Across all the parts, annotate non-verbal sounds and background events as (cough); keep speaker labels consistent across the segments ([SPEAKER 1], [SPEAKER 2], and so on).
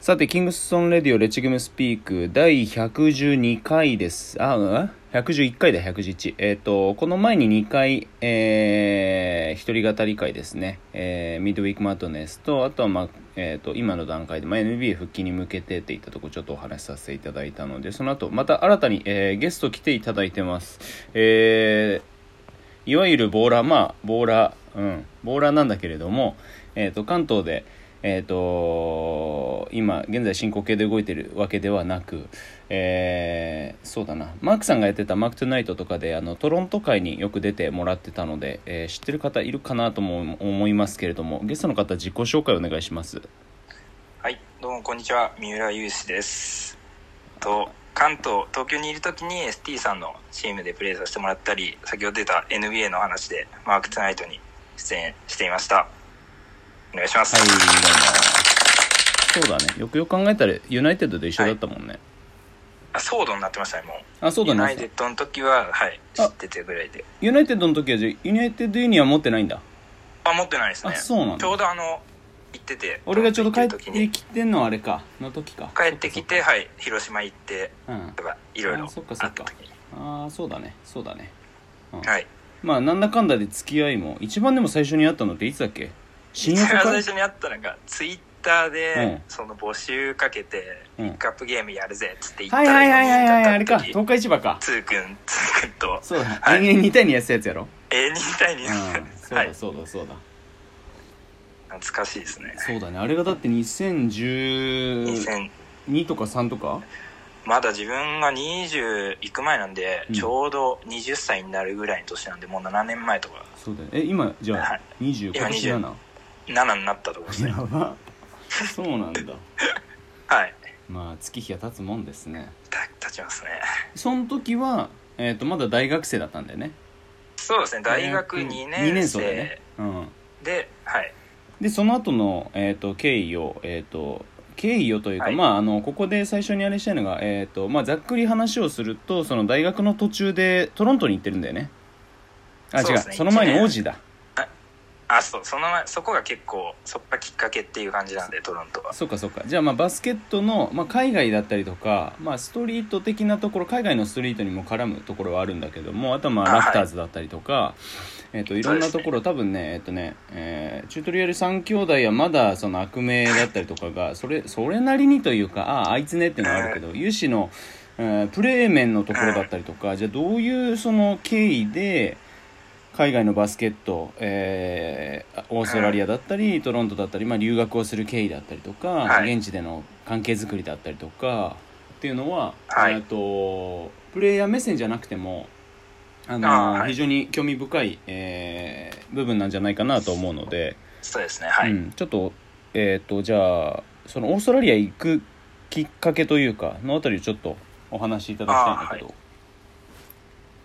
[SPEAKER 1] さて、キングストンレディオレチグムスピーク第112回です。あ、うん、111回だ、111。えっ、と、この前に2回、えー、一人語り会ですね。えー、ミッドウィークマートネスと、あとは、まあ、えっ、と、今の段階で、まあ、NBA 復帰に向けてっていったところちょっとお話しさせていただいたので、その後、また新たに、えーゲスト来ていただいてます。えー、いわゆるボーラー、まあ、ボーラー、うん、ボーラーなんだけれども、えっ、と、関東で、えっ、と、今、現在進行形で動いてるわけではなく、えーそうだな、マークさんがやってたマークトゥナイトとかで、あの、トロント会によく出てもらってたので、えー知ってる方いるかなとも思いますけれども、ゲストの方、自己紹介お願いします。
[SPEAKER 2] はい、どうもこんにちは、三浦雄介です。と関東東京にいる時に ST さんのチームでプレーさせてもらったり、先ほど出た NBA の話でマークツナイトに出演していました。お願いします。
[SPEAKER 1] はい、どうも。そうだね、よくよく考えたら、ユナイテッドと一緒だったもんね。
[SPEAKER 2] あ、ソードになってましたね、もう。
[SPEAKER 1] あ、そうだ
[SPEAKER 2] ユナイテ
[SPEAKER 1] ね
[SPEAKER 2] ッ。ドの時は、はい、知
[SPEAKER 1] あ
[SPEAKER 2] っててぐらいで。
[SPEAKER 1] ユナイテッドの時は、じゃあユナイテッドユニは持ってないんだ。
[SPEAKER 2] あ、持ってないですね。
[SPEAKER 1] あそうなんだ
[SPEAKER 2] ちょうどあの、行ってて。
[SPEAKER 1] 俺がちょうど帰っ
[SPEAKER 2] 東京
[SPEAKER 1] て
[SPEAKER 2] に
[SPEAKER 1] きてんのはあれか、の時か。
[SPEAKER 2] 帰ってきて、はい、広島行って、
[SPEAKER 1] うん。
[SPEAKER 2] とか、いろいろあ
[SPEAKER 1] あそっか
[SPEAKER 2] っ
[SPEAKER 1] そ
[SPEAKER 2] た
[SPEAKER 1] っか
[SPEAKER 2] 時に。
[SPEAKER 1] ああそうだねそうだね
[SPEAKER 2] はい。
[SPEAKER 1] まあなんだかんだで付き合いも一番でも最初に会ったのっていつだっけ新
[SPEAKER 2] 一番
[SPEAKER 1] 横か
[SPEAKER 2] 最初にあったのがツイッターで、
[SPEAKER 1] う
[SPEAKER 2] その募集かけて、
[SPEAKER 1] うん
[SPEAKER 2] ピックアップゲームやるぜっつって言った
[SPEAKER 1] はい
[SPEAKER 2] ら
[SPEAKER 1] はいはいはいはいあ
[SPEAKER 2] 四
[SPEAKER 1] れ
[SPEAKER 2] 人だ
[SPEAKER 1] か
[SPEAKER 2] った時
[SPEAKER 1] 東海市場か
[SPEAKER 2] つーくんつーくんと
[SPEAKER 1] そうだ
[SPEAKER 2] はい
[SPEAKER 1] 延々2対2やってたやつやろ
[SPEAKER 2] えー、2対
[SPEAKER 1] う
[SPEAKER 2] 2
[SPEAKER 1] んそう
[SPEAKER 2] はい
[SPEAKER 1] だそうだそうだ
[SPEAKER 2] 懐かしいですね
[SPEAKER 1] そうだねあれがだって2012
[SPEAKER 2] 2000
[SPEAKER 1] とか3とか
[SPEAKER 2] まだ自分が20行く前なんで、
[SPEAKER 1] うん
[SPEAKER 2] ちょうど20歳になるぐらいの年なんでもう7年前とか
[SPEAKER 1] そうだよねえ今じゃ
[SPEAKER 2] は
[SPEAKER 1] あ
[SPEAKER 2] い
[SPEAKER 1] 20
[SPEAKER 2] 今
[SPEAKER 1] 今年
[SPEAKER 2] 20
[SPEAKER 1] 7
[SPEAKER 2] 7になったとこですね
[SPEAKER 1] やばそうなんだ
[SPEAKER 2] はい
[SPEAKER 1] まあ月日が経つもんですね
[SPEAKER 2] た立ちますね
[SPEAKER 1] その時はえっとまだ大学生だったんだよね
[SPEAKER 2] そうですね大学2
[SPEAKER 1] 二
[SPEAKER 2] 年生
[SPEAKER 1] 生だよねうん
[SPEAKER 2] ではい
[SPEAKER 1] でその後のえっ、と経緯をえっ、と経緯をというか、
[SPEAKER 2] はい
[SPEAKER 1] まああのここで最初にあれしたいのがえっ、とまあざっくり話をするとその大学の途中でトロントに行ってるんだよねあ
[SPEAKER 2] そ
[SPEAKER 1] 違
[SPEAKER 2] う
[SPEAKER 1] う
[SPEAKER 2] ですね
[SPEAKER 1] その前
[SPEAKER 2] 一
[SPEAKER 1] に
[SPEAKER 2] 年
[SPEAKER 1] 王子だ
[SPEAKER 2] あそうその前そこが結構そこがきっかけっていう感じなんでトロントは
[SPEAKER 1] そうかそうかじゃあまあバスケットの、まあ、海外だったりとか、まあ、ストリート的なところ海外のストリートにも絡むところはあるんだけどもあとはまあ
[SPEAKER 2] あは
[SPEAKER 1] ラ
[SPEAKER 2] い
[SPEAKER 1] フターズだったりとか、いえっといろんなところ、多分ねえっとね、えーチュートリアル3兄弟はまだその悪名だったりとかがそれそれなりにというかあああいつねっていうのはあるけど有志の、えープレー面のところだったりとかじゃあどういうその経緯で海外のバスケット、えーオーストラリアだったりトロントだったり、まあ、留学をする経緯だったりとか、
[SPEAKER 2] はい
[SPEAKER 1] 現地での関係づくりだったりとかっていうのは、
[SPEAKER 2] はい
[SPEAKER 1] えーとプレイヤー目線じゃなくてもあの
[SPEAKER 2] あーはい
[SPEAKER 1] 非常に興味深い、えー部分なんじゃないかなと思うので、
[SPEAKER 2] そうですねはい、
[SPEAKER 1] うん、ちょっと,、えー、とじゃあそのオーストラリア行くきっかけというかのあたりをちょっとお話しいただきたいんだけど。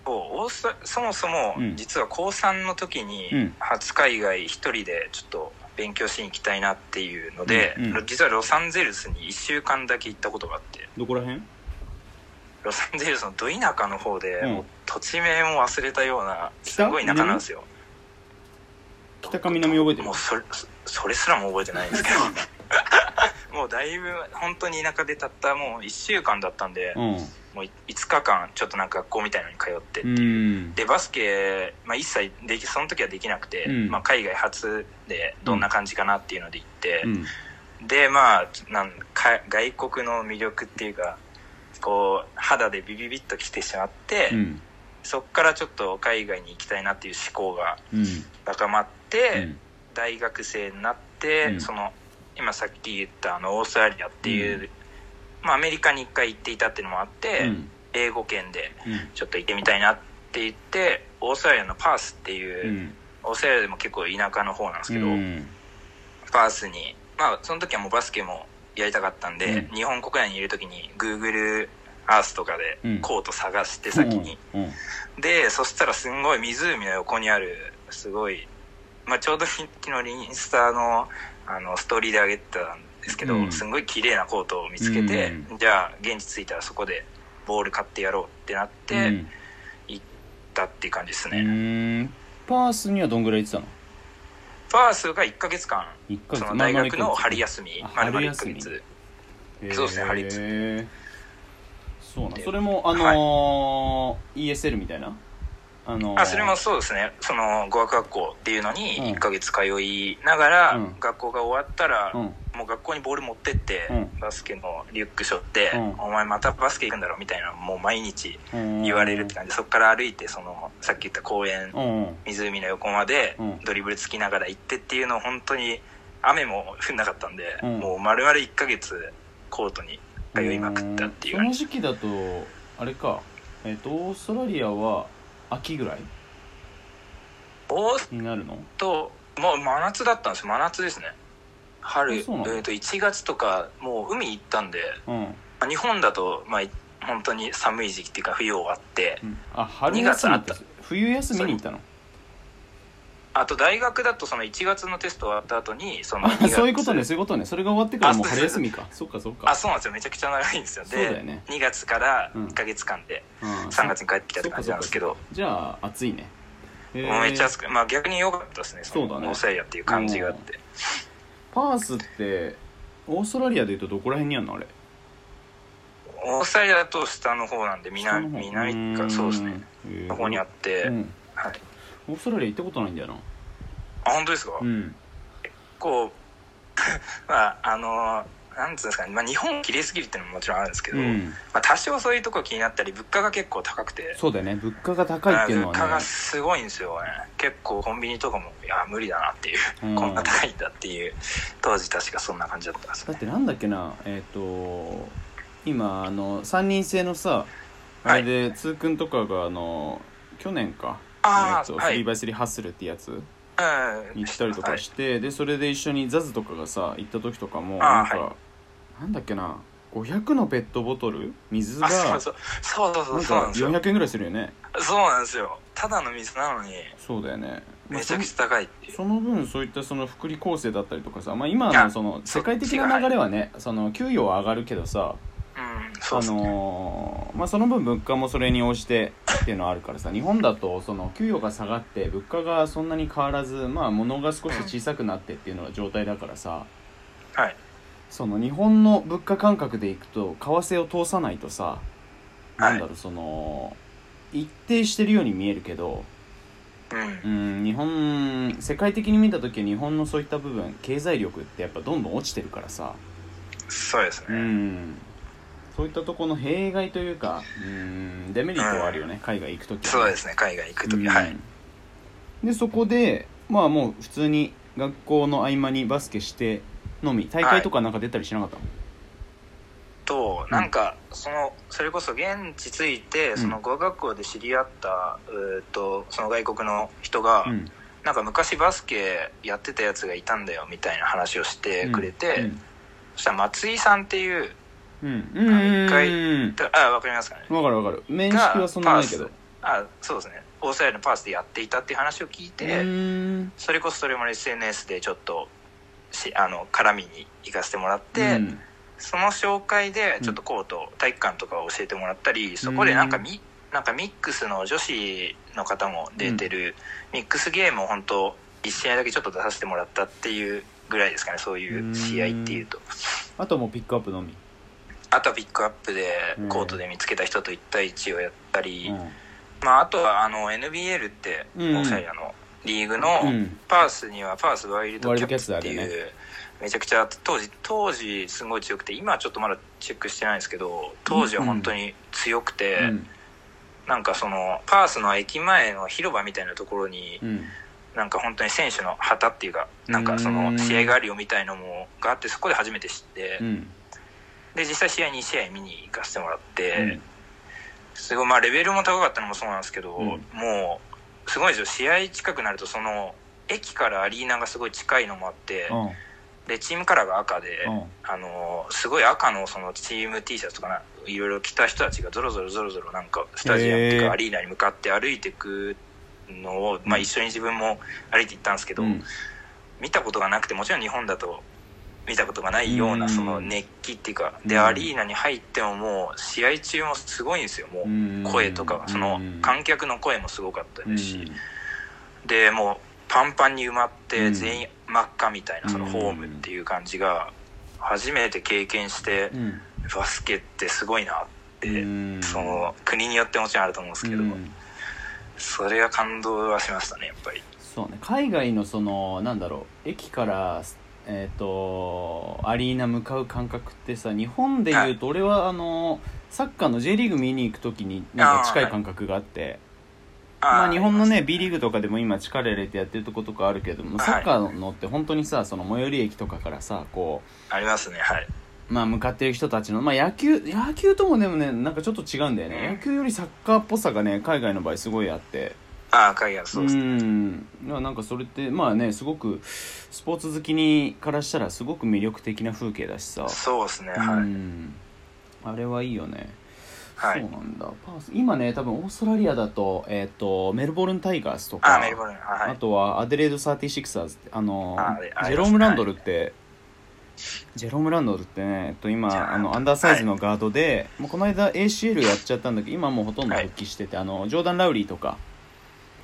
[SPEAKER 2] そうオーストそもそも
[SPEAKER 1] うん
[SPEAKER 2] 実は高3の時
[SPEAKER 1] う
[SPEAKER 2] に
[SPEAKER 1] ん
[SPEAKER 2] 初海外一人でちょっと勉強しに行きたいなっていうので、
[SPEAKER 1] うんうん
[SPEAKER 2] 実はロサンゼルスに1週間だけ行ったことがあって
[SPEAKER 1] どこら辺
[SPEAKER 2] ロサンゼルスのど田舎の方で、
[SPEAKER 1] うん
[SPEAKER 2] もう土地名も忘れたようなす
[SPEAKER 1] 北
[SPEAKER 2] ごい田舎なんですよ
[SPEAKER 1] 北か南覚えてる
[SPEAKER 2] もうそれそそれすらも覚えてないんですけど (laughs) もうだいぶ本当に田舎でたったもう1週間だったんで、
[SPEAKER 1] うん
[SPEAKER 2] もう5日間ちょっとなんか学校みたいのに通って
[SPEAKER 1] うん
[SPEAKER 2] でバスケ、まあ、一切できその時はできなくて、
[SPEAKER 1] うん
[SPEAKER 2] まあ、海外初でどんな感じかなっていうので行って
[SPEAKER 1] う、ん
[SPEAKER 2] でまあなんか外国の魅力っていうかこう肌でビビビッと来てしまって、
[SPEAKER 1] うん
[SPEAKER 2] そっからちょっと海外に行きたいなっていう思考が
[SPEAKER 1] うん
[SPEAKER 2] 高まっ
[SPEAKER 1] う
[SPEAKER 2] て、
[SPEAKER 1] ん
[SPEAKER 2] 大学生になって、
[SPEAKER 1] うん
[SPEAKER 2] その今さっき言ったあのオーストラリアっていう、
[SPEAKER 1] う
[SPEAKER 2] まあ、アメリカに一回行っていたっていうのもあって、
[SPEAKER 1] うん
[SPEAKER 2] 英語圏で
[SPEAKER 1] うん
[SPEAKER 2] ちょっと行ってみたいなって言ってオーストラリアのパースっていうう、
[SPEAKER 1] ん
[SPEAKER 2] オーストラリアでも結構田舎の方なんですけど、
[SPEAKER 1] うん
[SPEAKER 2] パースにまあその時はもうバスケもやりたかったんで、
[SPEAKER 1] うん
[SPEAKER 2] 日本国内にいる時に Google アースとかで
[SPEAKER 1] うん
[SPEAKER 2] コート探して先に、
[SPEAKER 1] うんうん
[SPEAKER 2] でそしたらすんごい湖の横にあるすごい、まあ、ちょうど昨日インスタのあのストーリーで上げてたんですけど、
[SPEAKER 1] うん
[SPEAKER 2] すんごい綺麗なコートを見つけて、じゃあ現地着いたらそこでボール買ってやろうってなって
[SPEAKER 1] う
[SPEAKER 2] 行
[SPEAKER 1] ん
[SPEAKER 2] ったっていう感じです
[SPEAKER 1] う
[SPEAKER 2] ね、
[SPEAKER 1] ーんパースにはどんぐらい行ってたの
[SPEAKER 2] パースが1ヶ月間
[SPEAKER 1] 一ヶ
[SPEAKER 2] そ
[SPEAKER 1] 月
[SPEAKER 2] の大学の春
[SPEAKER 1] や
[SPEAKER 2] 休み
[SPEAKER 1] あ
[SPEAKER 2] まるまる1
[SPEAKER 1] 春
[SPEAKER 2] ヶ
[SPEAKER 1] 休み
[SPEAKER 2] 月そうですねハリッツ
[SPEAKER 1] ツそうなん
[SPEAKER 2] で
[SPEAKER 1] それもあのー ESL みたいなあのー
[SPEAKER 2] あそれもそうですねその語学学校っていうのに
[SPEAKER 1] うん
[SPEAKER 2] 1ヶ月通いながら、
[SPEAKER 1] うん
[SPEAKER 2] 学校が終わったら、
[SPEAKER 1] うん
[SPEAKER 2] もう学校にボール持ってって、
[SPEAKER 1] うん
[SPEAKER 2] バスケのリュック背負って、
[SPEAKER 1] うん
[SPEAKER 2] お前またバスケ行くんだろ」みたいなもう毎日
[SPEAKER 1] うん
[SPEAKER 2] 言われるって感じそこから歩いてそのさっき言った公園
[SPEAKER 1] うんうん
[SPEAKER 2] 湖の横まで
[SPEAKER 1] うん
[SPEAKER 2] ドリブルつきながら行ってっていうのを本当に雨も降んなかったんで、
[SPEAKER 1] うん
[SPEAKER 2] もう丸々1ヶ月コートに通いまくったっていう
[SPEAKER 1] そ
[SPEAKER 2] 感
[SPEAKER 1] の
[SPEAKER 2] じ
[SPEAKER 1] 時期だとあれかえっ、とオーストラリアは秋ぐらい
[SPEAKER 2] ぼーっ
[SPEAKER 1] になるの
[SPEAKER 2] ともう真夏だったんです真夏ですね春え
[SPEAKER 1] あそうなの
[SPEAKER 2] ー、と1月とかもう海行ったんで
[SPEAKER 1] うん、
[SPEAKER 2] まあ日本だと、まあ、本当に寒い時期っていうか冬終わって
[SPEAKER 1] うん、あ春
[SPEAKER 2] 二
[SPEAKER 1] 休
[SPEAKER 2] 月
[SPEAKER 1] み
[SPEAKER 2] あ
[SPEAKER 1] っ
[SPEAKER 2] ってた
[SPEAKER 1] 冬休みに行ったの
[SPEAKER 2] あと大学だとその1月のテスト終わった後にその
[SPEAKER 1] あ (laughs) そういうこと
[SPEAKER 2] で
[SPEAKER 1] ねそういうことねそれが終わってからもう
[SPEAKER 2] あそう
[SPEAKER 1] 春休みかそっかそっか
[SPEAKER 2] あそうなんですよめちゃくちゃ長いんですよ
[SPEAKER 1] そうだよ
[SPEAKER 2] で、
[SPEAKER 1] ね
[SPEAKER 2] 2月から
[SPEAKER 1] うん
[SPEAKER 2] 1ヶ月間で
[SPEAKER 1] うん
[SPEAKER 2] 3月に帰ってきたって感じなんですけど、
[SPEAKER 1] じゃあ暑いねえ
[SPEAKER 2] もうめっちゃ
[SPEAKER 1] ー
[SPEAKER 2] 暑くまあ逆に良かったですねその
[SPEAKER 1] そうだね
[SPEAKER 2] オーストラリアっていう感じがあって
[SPEAKER 1] パースってオーストラリアでいうとどこら辺にあるのあれ
[SPEAKER 2] オーストラリアだと下の方なんで
[SPEAKER 1] 下
[SPEAKER 2] 南
[SPEAKER 1] の方
[SPEAKER 2] 南かそうですね
[SPEAKER 1] うん
[SPEAKER 2] そこにあって、
[SPEAKER 1] うん
[SPEAKER 2] はい、
[SPEAKER 1] オーストラリア行ったことないんだよな
[SPEAKER 2] あ本当ですか、
[SPEAKER 1] うん
[SPEAKER 2] こう (laughs) まああのなんつうんですかね、まあ、日本綺麗すぎるっていうのももちろんあるんですけど、
[SPEAKER 1] うん
[SPEAKER 2] まあ、多少そういうとこ気になったり物価が結構高くて
[SPEAKER 1] そうだよね物価が高いっていうのはね
[SPEAKER 2] 物価がすごいんですよね結構コンビニとかもいや無理だなっていう、
[SPEAKER 1] うん
[SPEAKER 2] こんな高いんだっていう当時確かそんな感じだったんです
[SPEAKER 1] だっ
[SPEAKER 2] ね
[SPEAKER 1] てなんだっけなえっ、と今あの3人制のさあ
[SPEAKER 2] はい
[SPEAKER 1] れでつーくんとかがあの去年か
[SPEAKER 2] あ
[SPEAKER 1] えっ
[SPEAKER 2] あ
[SPEAKER 1] と
[SPEAKER 2] は
[SPEAKER 1] フリ
[SPEAKER 2] い
[SPEAKER 1] ーバイスリーハッスルってやつ
[SPEAKER 2] うん
[SPEAKER 1] 行ったりとかして、でそれで一緒にザズとかがさ行った時とかもな
[SPEAKER 2] あ
[SPEAKER 1] ん
[SPEAKER 2] ー
[SPEAKER 1] か、なんだっけな500のペットボトル水が
[SPEAKER 2] あそ
[SPEAKER 1] な
[SPEAKER 2] うん
[SPEAKER 1] か
[SPEAKER 2] そうそうそうそうそうなんですよ
[SPEAKER 1] 400円ぐらいするよね
[SPEAKER 2] そうなんですよただの水なのに
[SPEAKER 1] そうだよね
[SPEAKER 2] めちゃくちゃ高いっていう
[SPEAKER 1] その分そういったその福利厚生だったりとかさ、まあ、今
[SPEAKER 2] いや
[SPEAKER 1] のその
[SPEAKER 2] そ
[SPEAKER 1] 世
[SPEAKER 2] う
[SPEAKER 1] 界的な流れはねその給与は上がるけどさ、
[SPEAKER 2] うんそう
[SPEAKER 1] あ
[SPEAKER 2] ですね
[SPEAKER 1] のーまあ、その分物価もそれに応じてっていうのはあるからさ日本だとその給与が下がって物価がそんなに変わらず、まあ、物が少し小さくなってっていうのが状態だからさ
[SPEAKER 2] はい
[SPEAKER 1] その日本の物価感覚でいくと為替を通さないとさなんだろうその一定してるように見えるけど
[SPEAKER 2] うん
[SPEAKER 1] うん日本世界的に見た時日本のそういった部分経済力ってやっぱどんどん落ちてるからさ
[SPEAKER 2] そうです
[SPEAKER 1] う
[SPEAKER 2] ね
[SPEAKER 1] んそういったとこの弊害というかうんデメリットはあるよね、海外行く時は
[SPEAKER 2] そうですすね海外行く時はい
[SPEAKER 1] でそこでまあもう普通に学校の合間にバスケしてのみ大会とかなんか出たりしなかったの、
[SPEAKER 2] となんかそのそれこそ現地着いて
[SPEAKER 1] ん
[SPEAKER 2] その語学校で知り合ったうーっとその外国の人が
[SPEAKER 1] うん
[SPEAKER 2] なんか昔バスケやってたやつがいたんだよみたいな話をしてくれて、そしたら松井さんっていう
[SPEAKER 1] うんうんうん
[SPEAKER 2] 一回
[SPEAKER 1] うん
[SPEAKER 2] だあわかりますかね
[SPEAKER 1] わかるわかる面識はそんなないけど
[SPEAKER 2] があそうですねオーストラリアのパースでやっていたっていう話を聞いて、
[SPEAKER 1] うーん
[SPEAKER 2] それこそそれも SNS でちょっとしあの絡みに行かせてもらって、
[SPEAKER 1] うん
[SPEAKER 2] その紹介でちょっとコート、体育館とかを教えてもらったりそこでなんかミ,、なんかミックスの女子の方も出てる、ミックスゲームを本当1試合だけちょっと出させてもらったっていうぐらいですかねそういう試合っていうと、
[SPEAKER 1] あとはもうピックアップのみ、
[SPEAKER 2] あとはピックアップで
[SPEAKER 1] うん
[SPEAKER 2] コートで見つけた人と1対1をやったり、
[SPEAKER 1] うん
[SPEAKER 2] まあ、あとはあの NBL ってオ
[SPEAKER 1] うん
[SPEAKER 2] ーストラリアのリーグの
[SPEAKER 1] うん
[SPEAKER 2] パースにはパースワイルドキャッツって
[SPEAKER 1] ワイルドキャッツ
[SPEAKER 2] いうめちゃくちゃ当時当時すごい強くて今はちょっとまだチェックしてないんですけど当時は本当に強くて、
[SPEAKER 1] うん
[SPEAKER 2] なんかそのパースの駅前の広場みたいなところに
[SPEAKER 1] うん
[SPEAKER 2] なんか本当に選手の旗っていうかなんかそ
[SPEAKER 1] うん
[SPEAKER 2] の試合があるよみたいのもがあってそこで初めて知って
[SPEAKER 1] うん
[SPEAKER 2] で実際試合2試合見に行かせてもらっ
[SPEAKER 1] う
[SPEAKER 2] て
[SPEAKER 1] ん
[SPEAKER 2] すごいまあレベルも高かったのもそうなんですけど、
[SPEAKER 1] うん
[SPEAKER 2] もうすごいですよ試合近くなるとその駅からアリーナがすごい近いのもあって、でチームカラーが赤で、
[SPEAKER 1] うん
[SPEAKER 2] あのすごい赤のそのチーム T シャツとかないろいろ着た人たちがぞろぞろぞろぞろなんかスタジアムっていう
[SPEAKER 1] へー
[SPEAKER 2] かアリーナに向かって歩いていくのを、まあ、一緒に自分も歩いて行ったんですけど、
[SPEAKER 1] うん
[SPEAKER 2] 見たことがなくてもちろん日本だと見たことがないよう
[SPEAKER 1] うん
[SPEAKER 2] なその熱気っていうかで
[SPEAKER 1] うん
[SPEAKER 2] アリーナに入ってももう試合中もすごいんですよもう
[SPEAKER 1] うん
[SPEAKER 2] 声とかがその
[SPEAKER 1] うん
[SPEAKER 2] 観客の声もすごかった
[SPEAKER 1] うん
[SPEAKER 2] ですしでもうパンパンに埋まっ
[SPEAKER 1] う
[SPEAKER 2] て
[SPEAKER 1] ん
[SPEAKER 2] 全員真っ赤みたいなその
[SPEAKER 1] うん
[SPEAKER 2] ホームっていう感じが初めて経験して、
[SPEAKER 1] うん
[SPEAKER 2] バスケってすごいなって、
[SPEAKER 1] うん
[SPEAKER 2] その国によってもちろんあると思うんですけど、
[SPEAKER 1] うん
[SPEAKER 2] それは感動はしましたねやっぱり
[SPEAKER 1] そうね海外のそのなんだろう駅からえっ、とアリーナ向かう感覚ってさ日本でいうと俺はあのサッカーの J リーグ見に行く時になんか近い感覚があってまあ、日本のね B リーグとかでも今力入れてやってるとことかあるけども
[SPEAKER 2] はい
[SPEAKER 1] サッカーのって本当にさその最寄り駅とかからさこ、
[SPEAKER 2] ありますねはいう
[SPEAKER 1] まあ、向かってる人たちの、まあ、野球野球ともでもねなんかちょっと違うんだよね野
[SPEAKER 2] うん
[SPEAKER 1] 球よりサッカーっぽさがね海外の場合すごいあって
[SPEAKER 2] ああ海外そううですね
[SPEAKER 1] んいやなんかそれってまあねすごくスポーツ好きにからしたらすごく魅力的な風景だしさ、
[SPEAKER 2] そうですね
[SPEAKER 1] う
[SPEAKER 2] はい
[SPEAKER 1] んあれはいいよね
[SPEAKER 2] はい
[SPEAKER 1] そうなんだパース今ね多分オーストラリアだと,、えっとメルボルン・タイガースとか
[SPEAKER 2] ああメルボルンは
[SPEAKER 1] あ
[SPEAKER 2] い
[SPEAKER 1] とはアデレード・サーティシクサーズってあの
[SPEAKER 2] ああれあれ
[SPEAKER 1] ジェローム・ランドルって、ジェローム・ランドルってね、えっと、
[SPEAKER 2] ジェローム
[SPEAKER 1] 今あのアンダーサイズのガードで、もうこの間 ACL やっちゃったんだけど今もうほとんど復帰してて、あのジョーダン・ラウリーとか、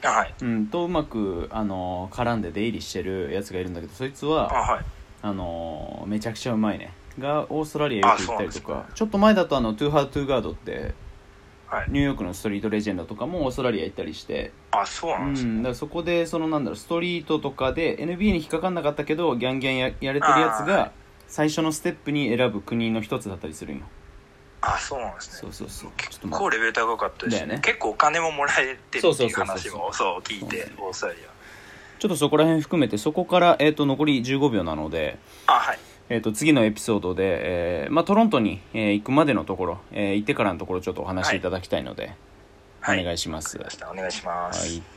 [SPEAKER 2] あはい
[SPEAKER 1] うん、とうまくあの絡んで出入りしてるやつがいるんだけどそいつ
[SPEAKER 2] あ
[SPEAKER 1] は
[SPEAKER 2] はい
[SPEAKER 1] あのめちゃくちゃうまいねがオーストラリアよく行ったりと
[SPEAKER 2] あそうなん
[SPEAKER 1] か
[SPEAKER 2] で、
[SPEAKER 1] ちょっと前だとあのトゥーハートゥーガードって
[SPEAKER 2] はい
[SPEAKER 1] ニューヨークのストリートレジェンドとかもオーストラリア行ったりして
[SPEAKER 2] あそうな
[SPEAKER 1] うん
[SPEAKER 2] ですね
[SPEAKER 1] ん、だからそこでそのなんだろうストリートとかで NBA に引っかかんなかったけどギャンギャンややれてるやつが最初のステップに選ぶ国の一つだったりするんよ
[SPEAKER 2] あそうなんです
[SPEAKER 1] そ
[SPEAKER 2] ね
[SPEAKER 1] うそうそうちょっと
[SPEAKER 2] 結
[SPEAKER 1] 待
[SPEAKER 2] 構
[SPEAKER 1] って
[SPEAKER 2] レベル高かったで
[SPEAKER 1] だ
[SPEAKER 2] す
[SPEAKER 1] よね
[SPEAKER 2] ね結構お金ももらえてる
[SPEAKER 1] そう
[SPEAKER 2] って
[SPEAKER 1] そうそう
[SPEAKER 2] いう
[SPEAKER 1] そう
[SPEAKER 2] 話もそう聞いてオーストラリ
[SPEAKER 1] ちょっとそこら辺含めてそこから、えー、と残り15秒なので、
[SPEAKER 2] アあはい
[SPEAKER 1] えー、と次のエピソードで、えーまあ、トロントに、えー行くまでのところ、えー行ってからのところちょっとお話しいただきたいので、
[SPEAKER 2] はい
[SPEAKER 1] お願いします。
[SPEAKER 2] 明日お願いします
[SPEAKER 1] はい